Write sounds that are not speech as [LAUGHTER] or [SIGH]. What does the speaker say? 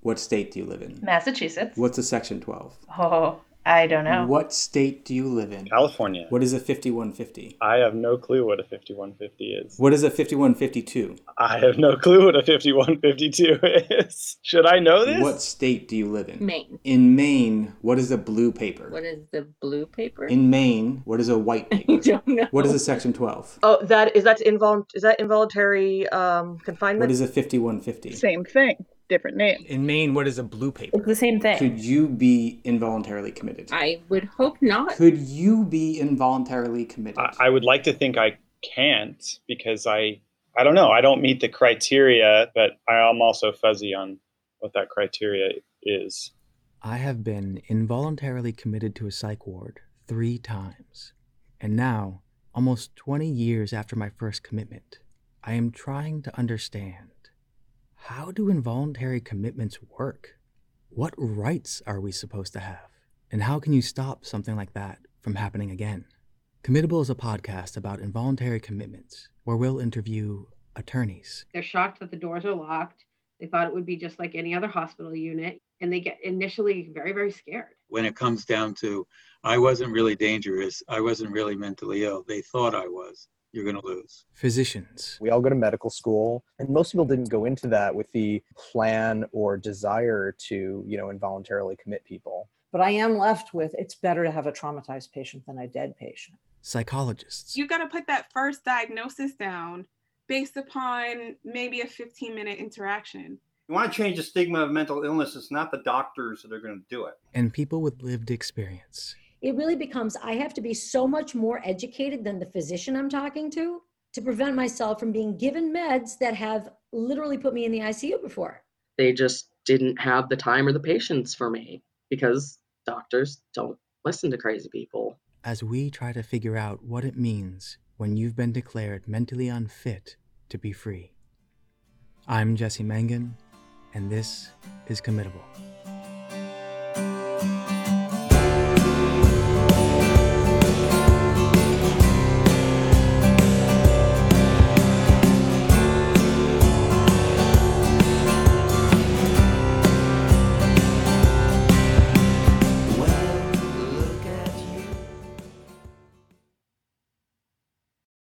What state do you live in? Massachusetts. What's a Section 12? Oh, I don't know. What state do you live in? California. What is a 5150? I have no clue what a 5150 is. What is a 5152? I have no clue what a 5152 is. Should I know this? What state do you live in? Maine. In Maine, what is a blue paper? What is the blue paper? [LAUGHS] in Maine, what is a white I paper? don't know. what is a Section 12? Oh, that is that invol- is that involuntary um, What confinement? is a 5150? Same thing, different name. In Maine, what is a blue paper? It's the same thing. Could you be involuntarily committed? I would hope not. Could you be involuntarily committed? I, I would like to think I can't because I I don't know. I don't meet the criteria, but I am also fuzzy on what that criteria is. I have been involuntarily committed to a psych ward three times. And now, almost 20 years after my first commitment, I am trying to understand how do involuntary commitments work? What rights are we supposed to have? And how can you stop something like that from happening again? Committable is a podcast about involuntary commitments where we'll interview attorneys, They're shocked that the doors are locked. They thought it would be just like any other hospital unit. And they get initially very, very scared. when it comes down to I wasn't really dangerous, I wasn't really mentally ill, they thought I was, you're going to lose. physicians, We all go to medical school, and most people didn't go into that with the plan or desire to, you know, involuntarily commit people. But I am left with it's better to have a traumatized patient than a dead patient. psychologists. You've got to put that first diagnosis down based upon maybe a 15 minute interaction. You want to change the stigma of mental illness, it's not the doctors that are going to do it. and people with lived experience. It really becomes I have to be so much more educated than the physician I'm talking to to prevent myself from being given meds that have literally put me in the ICU before. They just didn't have the time or the patience for me because doctors don't listen to crazy people. As we try to figure out what it means when you've been declared mentally unfit to be free. I'm Jesse Mangan, and this is Committable.